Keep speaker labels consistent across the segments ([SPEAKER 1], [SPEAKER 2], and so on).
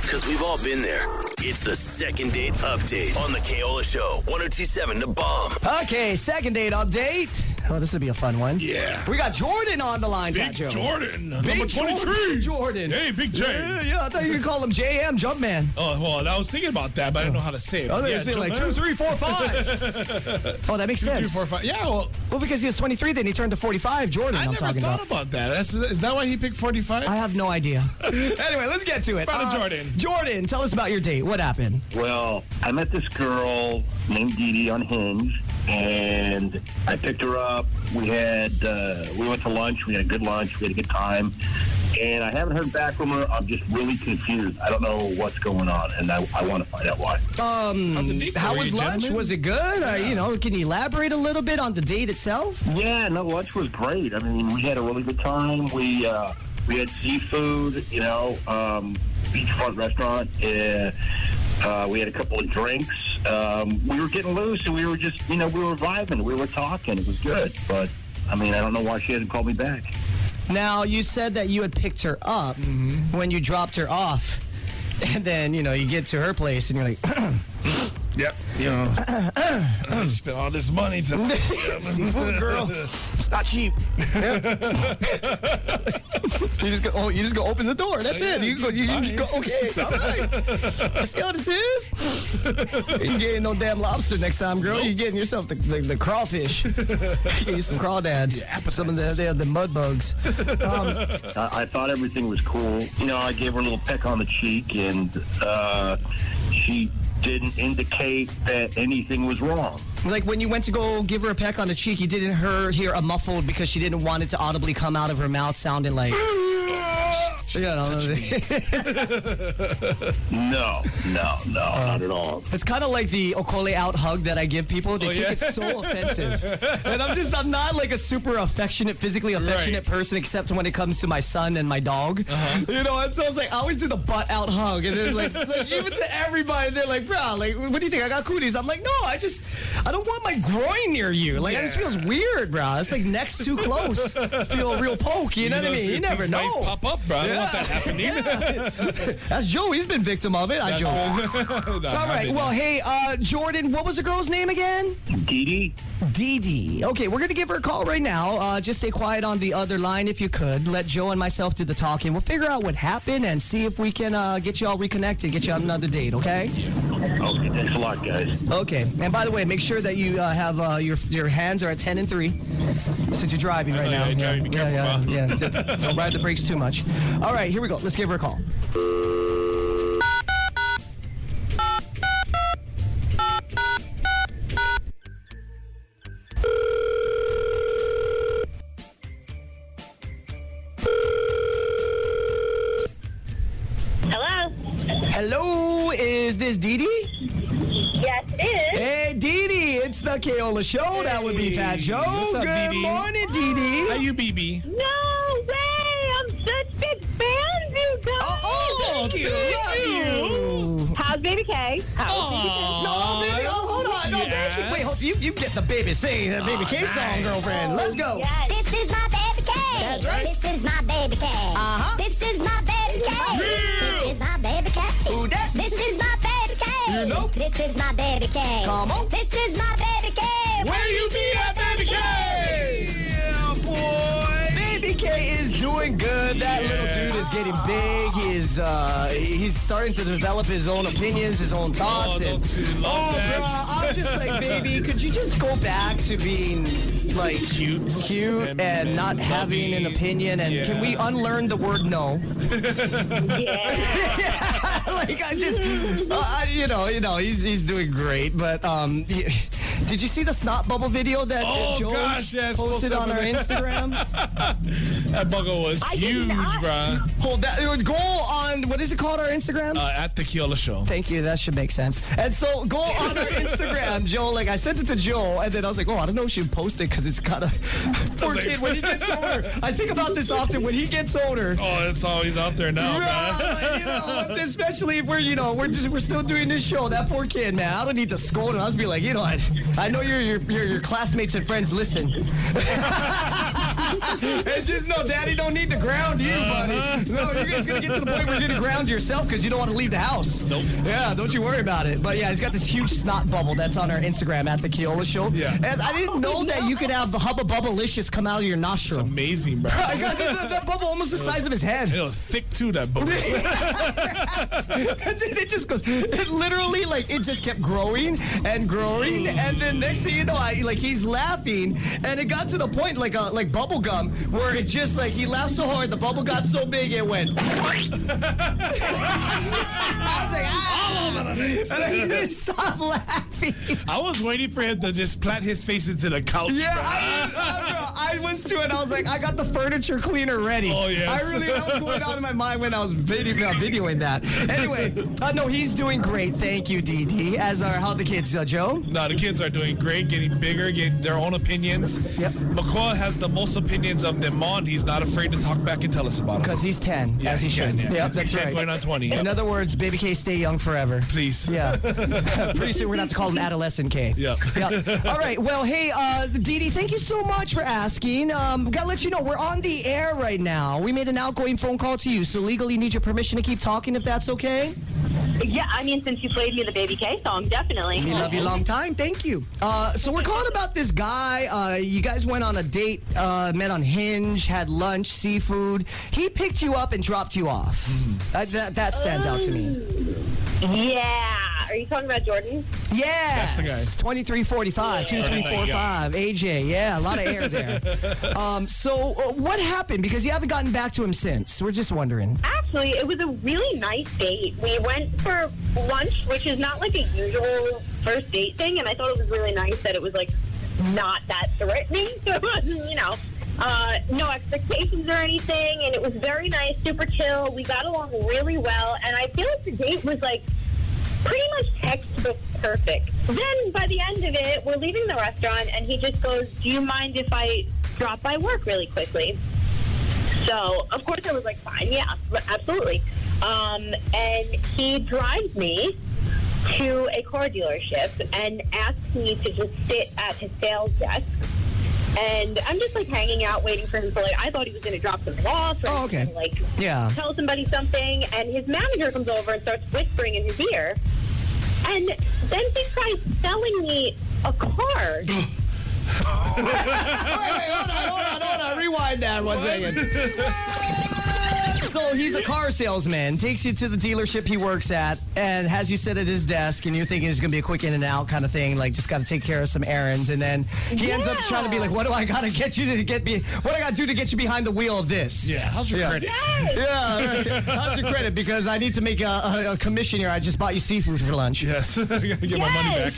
[SPEAKER 1] because we've all been there. It's the second date update on the Kaola Show, 1027 The Bomb.
[SPEAKER 2] Okay, second date update. Oh, this would be a fun one.
[SPEAKER 3] Yeah.
[SPEAKER 2] We got Jordan on the line, Fat
[SPEAKER 3] Big
[SPEAKER 2] Joe.
[SPEAKER 3] Jordan, number
[SPEAKER 2] Big Jordan,
[SPEAKER 3] 23.
[SPEAKER 2] Jordan.
[SPEAKER 3] Hey, Big J.
[SPEAKER 2] Yeah, yeah, I thought you could call him JM Jumpman.
[SPEAKER 3] Oh, well, I was thinking about that, but I didn't know how to say it.
[SPEAKER 2] I
[SPEAKER 3] But
[SPEAKER 2] was
[SPEAKER 3] yeah,
[SPEAKER 2] gonna say like
[SPEAKER 3] Joe-
[SPEAKER 2] two, three, four, five. oh, that makes
[SPEAKER 3] two, three,
[SPEAKER 2] sense.
[SPEAKER 3] four, five. Yeah, well,
[SPEAKER 2] Well, because he was 23, then he turned to 45. Jordan,
[SPEAKER 3] I
[SPEAKER 2] am
[SPEAKER 3] never
[SPEAKER 2] talking
[SPEAKER 3] thought
[SPEAKER 2] about.
[SPEAKER 3] about, that. That's, is that why he picked 45?
[SPEAKER 2] I have no idea. anyway, let's get to it. Uh,
[SPEAKER 3] Brother Jordan.
[SPEAKER 2] Jordan, tell us about your date. What happened?
[SPEAKER 4] Well, I met this girl named Dee Dee on Hinge, and I picked her up. We had uh, we went to lunch. We had a good lunch. We had a good time, and I haven't heard back from her. I'm just really confused. I don't know what's going on, and I, I want to find out why.
[SPEAKER 3] How'd the date
[SPEAKER 2] Um, How
[SPEAKER 3] go,
[SPEAKER 2] was
[SPEAKER 3] you
[SPEAKER 2] lunch?
[SPEAKER 3] gentlemen?
[SPEAKER 2] Was it good? Uh, you know, can you elaborate a little bit on the date itself?
[SPEAKER 4] Yeah, no, lunch was great. I mean, we had a really good time. We uh, we had seafood, you know, um, beachfront restaurant. Uh, uh, we had a couple of drinks. Um, we were getting loose, and we were just, you know, we were vibing. We were talking. It was good, but. I mean, I don't know why she hasn't called me back.
[SPEAKER 2] Now, you said that you had picked her up when you dropped her off. And then, you know, you get to her place and you're like,
[SPEAKER 3] Yep. You know, I spent all this money to.
[SPEAKER 2] seafood girl, it's not cheap. you just go, oh, you just go open the door. That's
[SPEAKER 3] Yeah,
[SPEAKER 2] it. You go, you,
[SPEAKER 3] goodbye.
[SPEAKER 2] you go, okay, all right. You see how this is? you ain't getting no damn lobster next time, girl. You're getting yourself the, the, the crawfish. Get you some crawdads. some of the, the, the mud bugs.
[SPEAKER 4] I, I thought everything was cool. You know, I gave her a little peck on the cheek, and uh, she didn't indicate that anything was wrong.
[SPEAKER 2] Like when you went to go give her a peck on the cheek, you didn't her hear a muffled because she didn't want it to audibly come out of her mouth, sounding like. You know,
[SPEAKER 4] No, no, no, not at all.
[SPEAKER 2] it's kind of like the Okole out hug that I give people. They take
[SPEAKER 3] Oh, yeah.
[SPEAKER 2] it so offensive, and I'm just I'm not like a super affectionate, physically affectionate person, except when it comes to my son and my dog.
[SPEAKER 3] Uh-huh.
[SPEAKER 2] You know, and so it's like I always do the butt out hug, and it's like, like even to everybody, they're like, bro, like what do you think I got cooties? I'm like, no, I just I don't want my groin near you. Like it just
[SPEAKER 3] Yeah.
[SPEAKER 2] feels weird, bro. It's like next too close, feel a real poke. You know what I mean?
[SPEAKER 3] see,
[SPEAKER 2] You never
[SPEAKER 3] things
[SPEAKER 2] know.
[SPEAKER 3] Might pop up, bro. I don't want that happening.
[SPEAKER 2] That's Joe. He's been victim of it. I Joe. All right. Well, hey, uh, Jordan, what was the girl's name again?
[SPEAKER 4] Dee Dee?
[SPEAKER 2] Dee Dee. Okay, we're going to give her a call right now. Uh, just stay quiet on the other line if you could. Let Joe and myself do the talking. We'll figure out what happened and see if we can uh, get you all reconnected, get you on another date, okay?
[SPEAKER 4] Okay, Oh, thanks a lot, guys.
[SPEAKER 2] Okay. And by the way, make sure that you uh, have uh, your your hands are at 10 and 3 since you're driving right
[SPEAKER 3] know,
[SPEAKER 2] now.
[SPEAKER 3] yeah, Joe, be careful,
[SPEAKER 2] yeah, yeah, yeah. Don't ride the brakes too much. All right, here we go. Let's give her a call.
[SPEAKER 5] Hello.
[SPEAKER 2] Hello, is this Dee Dee?
[SPEAKER 5] Yes, it is.
[SPEAKER 2] Hey, Dee Dee, it's the Kaola Show. that would be Fat
[SPEAKER 3] Hey,
[SPEAKER 2] Joe.
[SPEAKER 3] what's up,
[SPEAKER 2] Good
[SPEAKER 3] Dee Dee?
[SPEAKER 2] morning, Dee
[SPEAKER 3] How
[SPEAKER 2] Dee.
[SPEAKER 3] you, BB?
[SPEAKER 5] No way! I'm such big fans, you guys.
[SPEAKER 2] Oh, thank you. Love you.
[SPEAKER 5] How's baby K? How's
[SPEAKER 2] Oh, baby. Oh, hold on. No, thank you. Wait, hold, you, you get the baby sing, the baby K song, girlfriend. Let's go.
[SPEAKER 5] Yes.
[SPEAKER 6] This is my baby K.
[SPEAKER 2] That's right.
[SPEAKER 6] This is my baby K.
[SPEAKER 2] Uh-huh.
[SPEAKER 6] This is my baby K. This is my baby K.
[SPEAKER 2] Who dat?
[SPEAKER 6] This is my baby K.
[SPEAKER 2] You know.
[SPEAKER 6] This is my baby K.
[SPEAKER 2] Come on.
[SPEAKER 6] This is my baby K.
[SPEAKER 3] Where you be at, baby K? Yeah, boy.
[SPEAKER 2] Baby K is doing good. That little dude is getting big. He is uh, he's starting to develop his own opinions, his own
[SPEAKER 3] Oh,
[SPEAKER 2] thoughts. and, Oh,
[SPEAKER 3] don't you love
[SPEAKER 2] Bruh,
[SPEAKER 3] that?
[SPEAKER 2] I'm just like, baby, could you just go back to being like
[SPEAKER 3] Cute.
[SPEAKER 2] cute and,
[SPEAKER 3] And-
[SPEAKER 2] not
[SPEAKER 3] and
[SPEAKER 2] having an
[SPEAKER 3] loving.
[SPEAKER 2] opinion? And can we
[SPEAKER 3] Yeah.
[SPEAKER 2] unlearn the word no?
[SPEAKER 5] baby K? Yeah.
[SPEAKER 2] like I just, uh, I- you know, you know, he's he's doing great. But um, he- did you see the snot bubble video that
[SPEAKER 3] Oh,
[SPEAKER 2] uh, Joel
[SPEAKER 3] gosh, yes, posted
[SPEAKER 2] posted on our
[SPEAKER 3] on-
[SPEAKER 2] Instagram?
[SPEAKER 3] That bugger was
[SPEAKER 5] I did
[SPEAKER 3] huge,
[SPEAKER 5] not-
[SPEAKER 3] bro.
[SPEAKER 2] Hold that. It would go on. What is it called? Our Instagram.
[SPEAKER 3] Uh, at the Keola Show.
[SPEAKER 2] Thank you. That should make sense. And so go on our Instagram, Joe. Like I sent it to Joe, and then I was like, oh, I don't know if she posted because it's kind of poor
[SPEAKER 3] like-
[SPEAKER 2] kid when he gets older. I think about this often when he gets older.
[SPEAKER 3] Oh, it's always out there now, man.
[SPEAKER 2] Yeah, you know, it's- especially if we're, you know, we're just we're still doing this show. That poor kid, man. I don't need to scold him. I'll just be like, you know, I, I know your your your, your classmates and friends listen. and just know daddy don't need to ground you, buddy.
[SPEAKER 7] Uh-huh.
[SPEAKER 2] No, you guys gonna get to the point where you're gonna ground yourself because you don't want to leave the house.
[SPEAKER 7] Nope.
[SPEAKER 2] Yeah, don't you worry about it. But yeah, he's got this huge snot bubble that's on our Instagram at the Keola Show.
[SPEAKER 7] Yeah.
[SPEAKER 2] And I didn't know that you could have the hubba bubblicious come out of your nostril.
[SPEAKER 7] Amazing, bro.
[SPEAKER 2] I got that, that- that bubble almost the size of his
[SPEAKER 7] It
[SPEAKER 2] head.
[SPEAKER 7] was thick too, that bubble.
[SPEAKER 2] And then it just goes, it literally, like, it just kept growing and growing. And then next thing you know, I, like, he's laughing. And it got to the point, like, uh, like bubble gum, where it just, like, he laughed so hard, the bubble got so big, it went. I was like, ah! And I couldn't stop laughing.
[SPEAKER 7] I was waiting for him to just plant his face into the couch.
[SPEAKER 2] Yeah, I, I, bro, I was too, and I was like, I got the furniture cleaner ready.
[SPEAKER 7] Oh, yes.
[SPEAKER 2] I really that was going on in my mind when I was video, uh, videoing that. Anyway, uh, no, he's doing great. Thank you, DD. As are how the kids, uh, Joe.
[SPEAKER 7] No, the kids are doing great, getting bigger, getting their own opinions.
[SPEAKER 2] Yep.
[SPEAKER 7] McCall has the most opinions of them all, and he's not afraid to talk back and tell us about it.
[SPEAKER 2] Because he's 10,
[SPEAKER 7] Yeah,
[SPEAKER 2] as he,
[SPEAKER 7] he
[SPEAKER 2] should.
[SPEAKER 7] can, yeah.
[SPEAKER 2] Yep,
[SPEAKER 7] 'Cause he
[SPEAKER 2] that's
[SPEAKER 7] can't
[SPEAKER 2] right.
[SPEAKER 7] go in on 20, yep.
[SPEAKER 2] In other words, baby K, stay young forever.
[SPEAKER 7] Please.
[SPEAKER 2] Yeah. Pretty soon we're not to call him adolescent K.
[SPEAKER 7] Yeah.
[SPEAKER 2] Yep. All right. Well, hey, uh, Dee Dee, thank you so much for asking. Um, gotta let you know we're on the air right now. We made an outgoing phone call to you, so legally need your permission to keep talking if that's okay.
[SPEAKER 5] Yeah, I mean, since you played me the baby K song, definitely.
[SPEAKER 2] We love you long time. Thank you. Uh, so we're calling about this guy. Uh, you guys went on a date, uh, met on Hinge, had lunch, seafood. He picked you up and dropped you off. Uh, that that stands out to me.
[SPEAKER 5] Yeah. Are you talking about Jordan?
[SPEAKER 2] Yeah.
[SPEAKER 7] the guy.
[SPEAKER 2] 2345, 2345, AJ. Yeah, a lot of air there. um, so uh, what happened? Because you haven't gotten back to him since. We're just wondering.
[SPEAKER 5] Actually, it was a really nice date. We went for lunch, which is not like a usual first date thing, and I thought it was really nice that it was like not that threatening. So it wasn't, you know, uh, no expectations or anything, and it was very nice, super chill. We got along really well, and I feel like the date was like pretty much textbook perfect. Then by the end of it, we're leaving the restaurant, and he just goes, "Do you mind if I drop by work really quickly?" So, of course, I was like, fine, yeah, absolutely. Um, and he drives me to a car dealership and asks me to just sit at his sales desk. And I'm just like hanging out, waiting for him to like. I thought he was going to drop something off or
[SPEAKER 2] Oh, okay.
[SPEAKER 5] like
[SPEAKER 2] Yeah.
[SPEAKER 5] tell somebody something. And his manager comes over and starts whispering in his ear. And then he tries selling me a car.
[SPEAKER 2] Wait, wait, hold on, hold on, hold on. Rewind that one second. So he's a car salesman, takes you to the dealership he works at, and has you sit at his desk, and you're thinking it's gonna be a quick in and out kind of thing, like just gotta take care of some errands, and then he ends up
[SPEAKER 5] Yeah.
[SPEAKER 2] trying to be like, "What do I gotta get you to get me? What do I gotta do to get you behind the wheel of this?"
[SPEAKER 7] Yeah, how's your
[SPEAKER 2] Yeah.
[SPEAKER 7] credit?
[SPEAKER 5] Yes!
[SPEAKER 2] Yeah, right. how's your credit? Because I need to make a, a, a commission here. I just bought you seafood for lunch.
[SPEAKER 7] Yes, I gotta get my money back.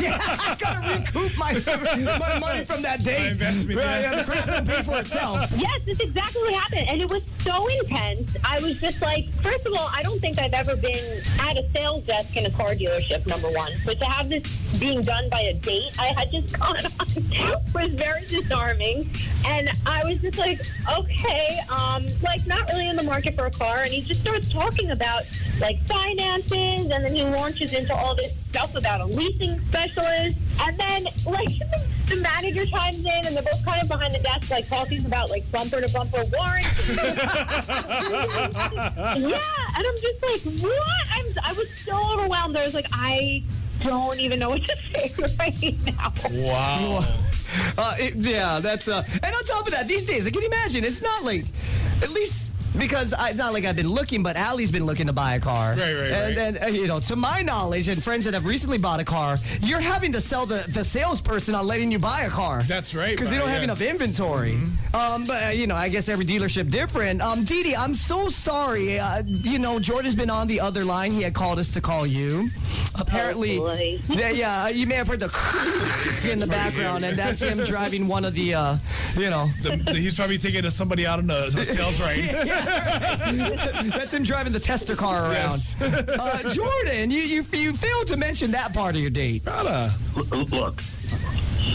[SPEAKER 2] Yeah, I gotta recoup my, my money from that date.
[SPEAKER 7] investment,
[SPEAKER 2] Right,
[SPEAKER 7] yeah.
[SPEAKER 2] yeah, the crap will pay for itself.
[SPEAKER 5] Yes, that's exactly what happened. And it was so intense. I was just like, first of all, I don't think I've ever been at a sales desk in a car dealership, number one. But to have this being done by a date I had just gone on was very disarming. And I was just like, okay, um, like not really in the market for a car. And he just starts talking about like finances and then he launches into all this stuff about a leasing specialist. And then like the manager chimes in and they're both kind of behind the desk like talking about like bumper to bumper warranties. yeah, and I'm just like, what? I'm, I was so overwhelmed. I was like, I don't even know what to say right now.
[SPEAKER 7] Wow.
[SPEAKER 2] Uh, it, yeah, that's uh, and on top of that, these days, I can you imagine it's not like, at least because I not like I've been looking, but Allie's been looking to buy a car,
[SPEAKER 7] Right, right,
[SPEAKER 2] and
[SPEAKER 7] right.
[SPEAKER 2] then uh, you know, to my knowledge, and friends that have recently bought a car, you're having to sell the the salesperson on letting you buy a car.
[SPEAKER 7] That's right,
[SPEAKER 2] because they
[SPEAKER 7] Brian,
[SPEAKER 2] don't have
[SPEAKER 7] yes. Mm-hmm.
[SPEAKER 2] enough inventory. Um, but uh, you know, I guess every dealership different. Um, Dee Dee, I'm so sorry. Uh, you know, Jordan's been on the other line. He had called us to call you. Apparently,
[SPEAKER 5] boy.
[SPEAKER 2] yeah, yeah, you may have heard the in the background, and that's him driving one of the, uh, you know,
[SPEAKER 7] The- the- he's probably taking somebody out on a, a sales ride.
[SPEAKER 2] that's him driving the tester car around.
[SPEAKER 7] Yes.
[SPEAKER 2] Uh, Jordan, you, you you failed to mention that part of your date.
[SPEAKER 7] Gotta.
[SPEAKER 4] Look,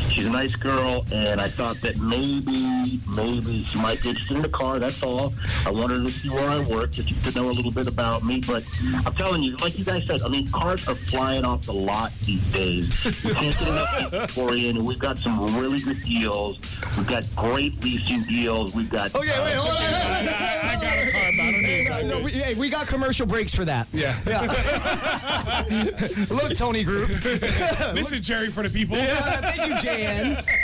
[SPEAKER 4] she's a nice girl, and I thought that maybe, maybe she might be interested in the car. That's all. I wanted her to see where I work, just to know a little bit about me. But I'm telling you, like you guys said, I mean, cars are flying off the lot these days. We can't get enough Victorian, and we've got some really good deals. We've got great leasing deals. We've got uh,
[SPEAKER 2] Okay, wait, hold on.
[SPEAKER 7] I, I got a car, but I don't need that.
[SPEAKER 2] No, we, hey, we got commercial breaks for that.
[SPEAKER 7] Yeah.
[SPEAKER 2] Look, Tony Group.
[SPEAKER 7] This is Jerry for the people.
[SPEAKER 2] Uh, thank you, JN.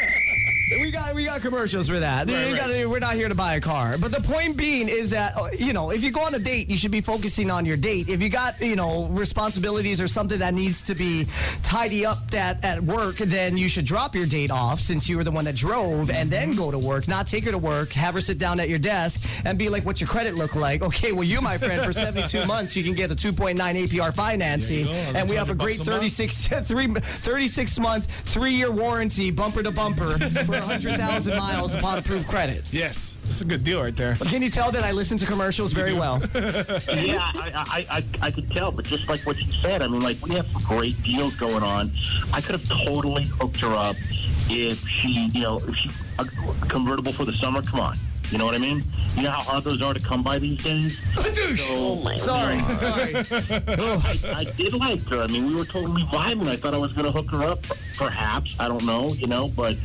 [SPEAKER 2] We got we got commercials for that. You
[SPEAKER 7] right.
[SPEAKER 2] gotta- we're not here to buy a car. But the point being is that uh, you know if you go on a date, you should be focusing on your date. If you got you know responsibilities or something that needs to be tidy up at at work, then you should drop your date off since you were the one that drove, and then go to work. Not take her to work, have her sit down at your desk, and be like, "What's your credit look like?" Okay, well you, my friend, for seventy two months, you can get a two point nine APR financing,
[SPEAKER 7] go.
[SPEAKER 2] and
[SPEAKER 7] That's
[SPEAKER 2] we have a
[SPEAKER 7] 100
[SPEAKER 2] great
[SPEAKER 7] bucks a month.
[SPEAKER 2] thirty six three, 36 month, three year warranty, bumper to bumper, for 100,000 miles upon approved credit.
[SPEAKER 7] Yes, it's a good deal right there.
[SPEAKER 2] Can you tell that I listen to commercials very well?
[SPEAKER 4] Yeah, I, I, I, I could tell, but just like what you said, I mean, like we have some great deals going on. I could have totally hooked her up if she, you know, if she a convertible for the summer. Come on, you know what I mean? You know how hard those are to come by these days. So,
[SPEAKER 2] Sorry, sorry.
[SPEAKER 4] I, I did like her. I mean, we were totally vibing. I thought I was going to hook her up, perhaps. I don't know, you know, but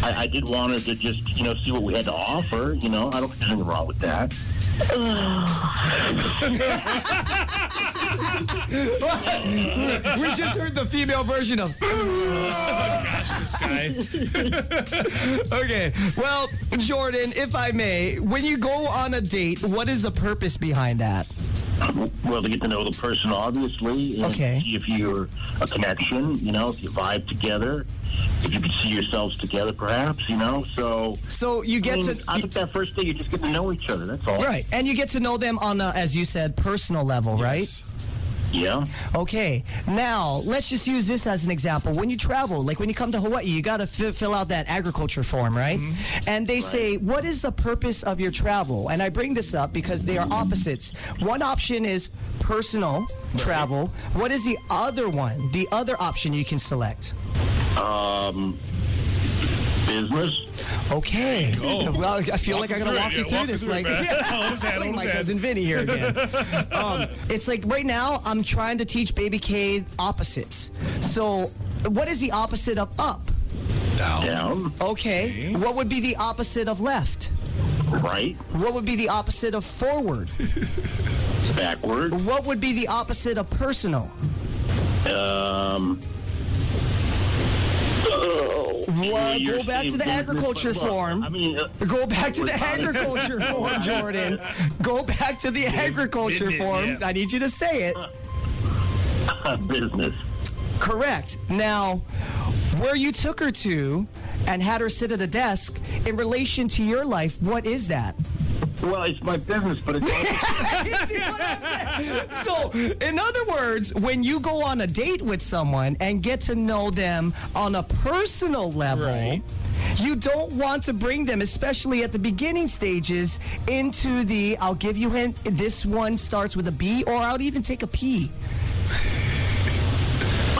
[SPEAKER 4] I, I did want her to just, you know, see what we had to offer. You know, I don't think there's anything wrong with that.
[SPEAKER 2] We just heard the female version of.
[SPEAKER 7] This guy.
[SPEAKER 2] Okay, well, Jordan, if I may, when you go on a date, what is the purpose behind that?
[SPEAKER 4] Well, to get to know the person, obviously. and
[SPEAKER 2] Okay.
[SPEAKER 4] See if you're a connection, you know, if you vibe together, if you can see yourselves together, perhaps, you know. So,
[SPEAKER 2] So you
[SPEAKER 4] I,
[SPEAKER 2] get
[SPEAKER 4] mean, I
[SPEAKER 2] to.
[SPEAKER 4] think that first day you just get to know each other. That's all.
[SPEAKER 2] Right, and you get to know them on a, as you said, personal level, right?
[SPEAKER 4] Yeah.
[SPEAKER 2] Okay, now let's just use this as an example. When you travel, like when you come to Hawaii, you got to f- fill out that agriculture form, right? And they say, What is the purpose of your travel? And I bring this up because they are opposites. One option is personal travel. What is the other one? The other option you can select.
[SPEAKER 4] Um, business.
[SPEAKER 2] Okay.
[SPEAKER 7] go.
[SPEAKER 2] Well, I feel
[SPEAKER 7] Walk
[SPEAKER 2] like I gotta
[SPEAKER 7] us through it.
[SPEAKER 2] walk you
[SPEAKER 7] Yeah,
[SPEAKER 2] through
[SPEAKER 7] walk
[SPEAKER 2] this.
[SPEAKER 7] us through
[SPEAKER 2] like,
[SPEAKER 7] it, man. Hold his hand,
[SPEAKER 2] like
[SPEAKER 7] hold
[SPEAKER 2] my
[SPEAKER 7] his hand.
[SPEAKER 2] cousin Vinny here again. um, it's like right now I'm trying to teach baby K opposites. So, what is the opposite of up?
[SPEAKER 4] Down.
[SPEAKER 2] Okay. What would be the opposite of left?
[SPEAKER 4] Right.
[SPEAKER 2] What would be the opposite of forward?
[SPEAKER 4] Backward.
[SPEAKER 2] What would be the opposite of personal?
[SPEAKER 4] Um. Oh,
[SPEAKER 2] What?
[SPEAKER 4] you're
[SPEAKER 2] Go back
[SPEAKER 4] saying
[SPEAKER 2] to the
[SPEAKER 4] business,
[SPEAKER 2] agriculture
[SPEAKER 4] but look,
[SPEAKER 2] form.
[SPEAKER 4] I mean, uh,
[SPEAKER 2] Go back to the
[SPEAKER 4] Without it.
[SPEAKER 2] agriculture form, Jordan. Go back to the agriculture
[SPEAKER 7] business,
[SPEAKER 2] form.
[SPEAKER 7] yeah.
[SPEAKER 2] I need you to say it.
[SPEAKER 4] business.
[SPEAKER 2] Correct. Now, where you took her to and had her sit at a desk in relation to your life, what is that?
[SPEAKER 4] Well, it's my business, but it's.
[SPEAKER 2] You see what I'm saying? so, in other words, when you go on a date with someone and get to know them on a personal level,
[SPEAKER 7] Right.
[SPEAKER 2] you don't want to bring them, especially at the beginning stages, into the I'll give you a hint, this one starts with a B, or I'll even take a P.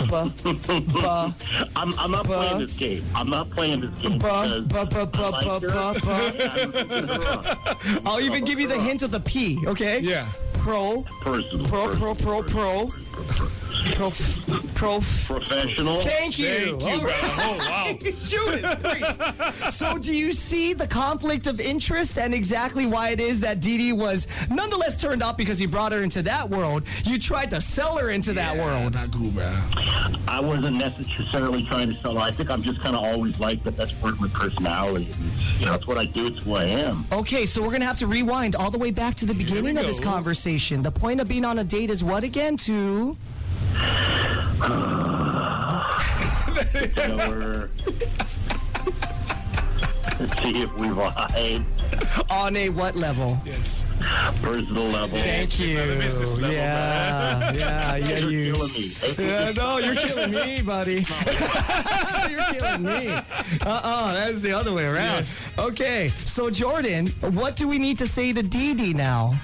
[SPEAKER 2] Buh, buh,
[SPEAKER 4] I'm, I'm not
[SPEAKER 2] Buh.
[SPEAKER 4] playing this game. I'm not playing this game.
[SPEAKER 2] buh,
[SPEAKER 4] because
[SPEAKER 2] buh, buh,
[SPEAKER 4] I
[SPEAKER 2] buh,
[SPEAKER 4] like
[SPEAKER 2] buh,
[SPEAKER 4] her.
[SPEAKER 2] buh, buh.
[SPEAKER 4] I'm hooking her up.
[SPEAKER 2] I'll even give you the hint of the P, okay?
[SPEAKER 7] Yeah.
[SPEAKER 2] Pro,
[SPEAKER 4] Personal.
[SPEAKER 2] pro, pro, pro, pro, pro, pro,
[SPEAKER 4] Professional.
[SPEAKER 2] Thank you.
[SPEAKER 7] Thank you,
[SPEAKER 2] All
[SPEAKER 7] brother.
[SPEAKER 2] right.
[SPEAKER 7] Oh, wow.
[SPEAKER 2] Judas Priest. So, do you see the conflict of interest and exactly why it is that Dee Dee was nonetheless turned off because you brought her into that world? You tried to sell her into that world.
[SPEAKER 7] Not cool, bro.
[SPEAKER 4] I wasn't necessarily trying to sell. her. I think I'm just kind of always like that. That's part of my personality. You know, that's what I do. It's who I am.
[SPEAKER 2] Okay, so we're going to have to rewind all the way back to the beginning of this
[SPEAKER 7] go.
[SPEAKER 2] conversation. The point of being on a date is what again? To.
[SPEAKER 4] You know, we're- Let's see if we vibe.
[SPEAKER 2] On a what level?
[SPEAKER 7] Yes.
[SPEAKER 4] Personal level.
[SPEAKER 2] Thank you.
[SPEAKER 7] the business level,
[SPEAKER 2] yeah, yeah, yeah,
[SPEAKER 4] You're
[SPEAKER 2] you.
[SPEAKER 4] killing me.
[SPEAKER 2] Yeah, no, you're killing me, buddy. you're killing me. Uh-uh, that's the other way around.
[SPEAKER 7] Yes.
[SPEAKER 2] Okay, so Jordan, what do we need to say to Dee Dee now?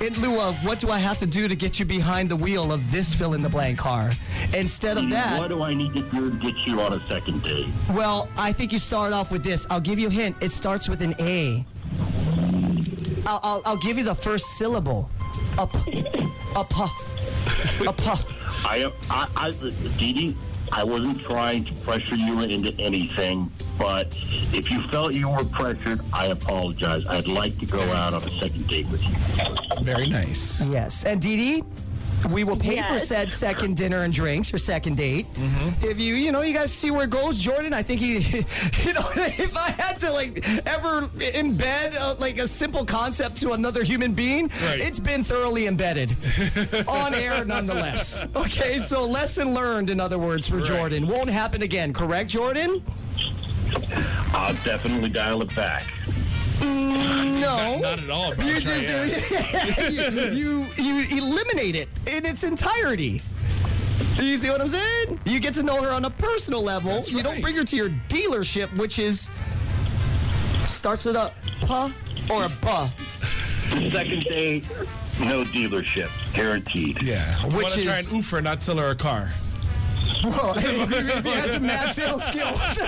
[SPEAKER 2] in lieu of what do I have to do to get you behind the wheel of this fill in the blank car? Instead of that,
[SPEAKER 4] What do I need to do to get you on a second date?
[SPEAKER 2] well, I think you start off with this. I'll give you a hint. It starts with an A. I'll, I'll, I'll give you the first syllable. Up, up, up, up.
[SPEAKER 4] I am. I, I, Dee Dee, I wasn't trying to pressure you into anything, but if you felt you were pressured, I apologize. I'd like to go out on a second date with you.
[SPEAKER 7] Very nice.
[SPEAKER 2] Yes. And Dee Dee, we will pay for
[SPEAKER 5] Yes.
[SPEAKER 2] said second dinner and drinks or second date.
[SPEAKER 7] Mm-hmm.
[SPEAKER 2] If you, you know, you guys see where it goes. Jordan, I think he, you know, if I had to like ever embed uh, like a simple concept to another human being,
[SPEAKER 7] Right.
[SPEAKER 2] it's been thoroughly embedded on air nonetheless. Okay. So lesson learned, in other words, for Jordan. Won't happen again, correct, Jordan?
[SPEAKER 4] I'll definitely dial it back.
[SPEAKER 2] No.
[SPEAKER 7] Not, not at all. Bro.
[SPEAKER 2] You
[SPEAKER 7] I'm trying-
[SPEAKER 2] Oh?
[SPEAKER 7] yeah.
[SPEAKER 2] just you, you you eliminate it in its entirety. You see what I'm saying? You get to know her on a personal level. you don't
[SPEAKER 7] right.
[SPEAKER 2] bring her to your dealership, which is starts with a puh or a buh.
[SPEAKER 4] Second date, no dealership, guaranteed.
[SPEAKER 7] Yeah.
[SPEAKER 2] Which
[SPEAKER 7] want to try
[SPEAKER 2] is-
[SPEAKER 7] and oof her, not sell her a car.
[SPEAKER 2] Well, he had some mad sales skills.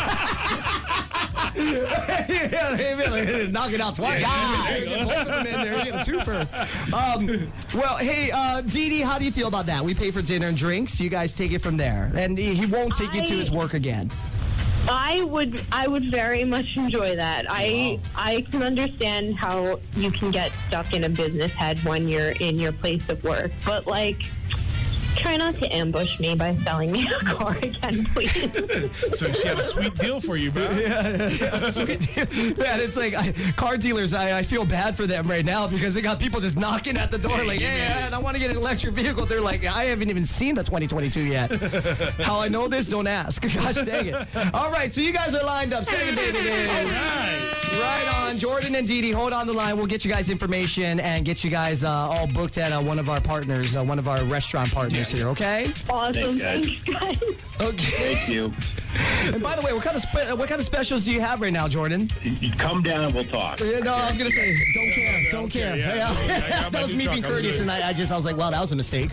[SPEAKER 2] yeah, they really knock it out twice. Ah, you get both of them in there. You get a twofer. Um, well, hey, uh, Dee Dee, how do you feel about that? We pay for dinner and drinks. You guys take it from there. And he, he won't take you to
[SPEAKER 5] I-
[SPEAKER 2] his work again.
[SPEAKER 5] I would I would very much enjoy that. I I can understand how you can get stuck in a business head when you're in your place of work, but like try not to ambush me by selling me a car again, please.
[SPEAKER 7] So she had a sweet deal for you, bro.
[SPEAKER 2] Man, it's like I, car dealers, I, I feel bad for them right now because they got people just knocking at the door like, hey, I, I want to get an electric vehicle. They're like, I haven't even seen the 2022 yet. How I know this, don't ask. Gosh dang it. All right, so you guys are lined up. Second date it is. Right on. Jordan and Dee Dee, hold on the line. We'll get you guys information and get you guys uh, all booked at uh, one of our partners, uh, one of our restaurant partners here, okay?
[SPEAKER 5] awesome.
[SPEAKER 4] Thanks,
[SPEAKER 5] Thanks, guys.
[SPEAKER 2] Okay.
[SPEAKER 4] Thank you.
[SPEAKER 2] and by the way, what kind of spe- what kind of specials do you have right now, Jordan?
[SPEAKER 4] You Come down, we'll talk.
[SPEAKER 2] Yeah, no, I was gonna say, don't care, don't care.
[SPEAKER 7] yeah.
[SPEAKER 2] Yeah.
[SPEAKER 7] I got my
[SPEAKER 2] that was
[SPEAKER 7] new
[SPEAKER 2] me being
[SPEAKER 7] truck, I'm
[SPEAKER 2] courteous,
[SPEAKER 7] good.
[SPEAKER 2] and I, I just, I was like, wow, that was a mistake.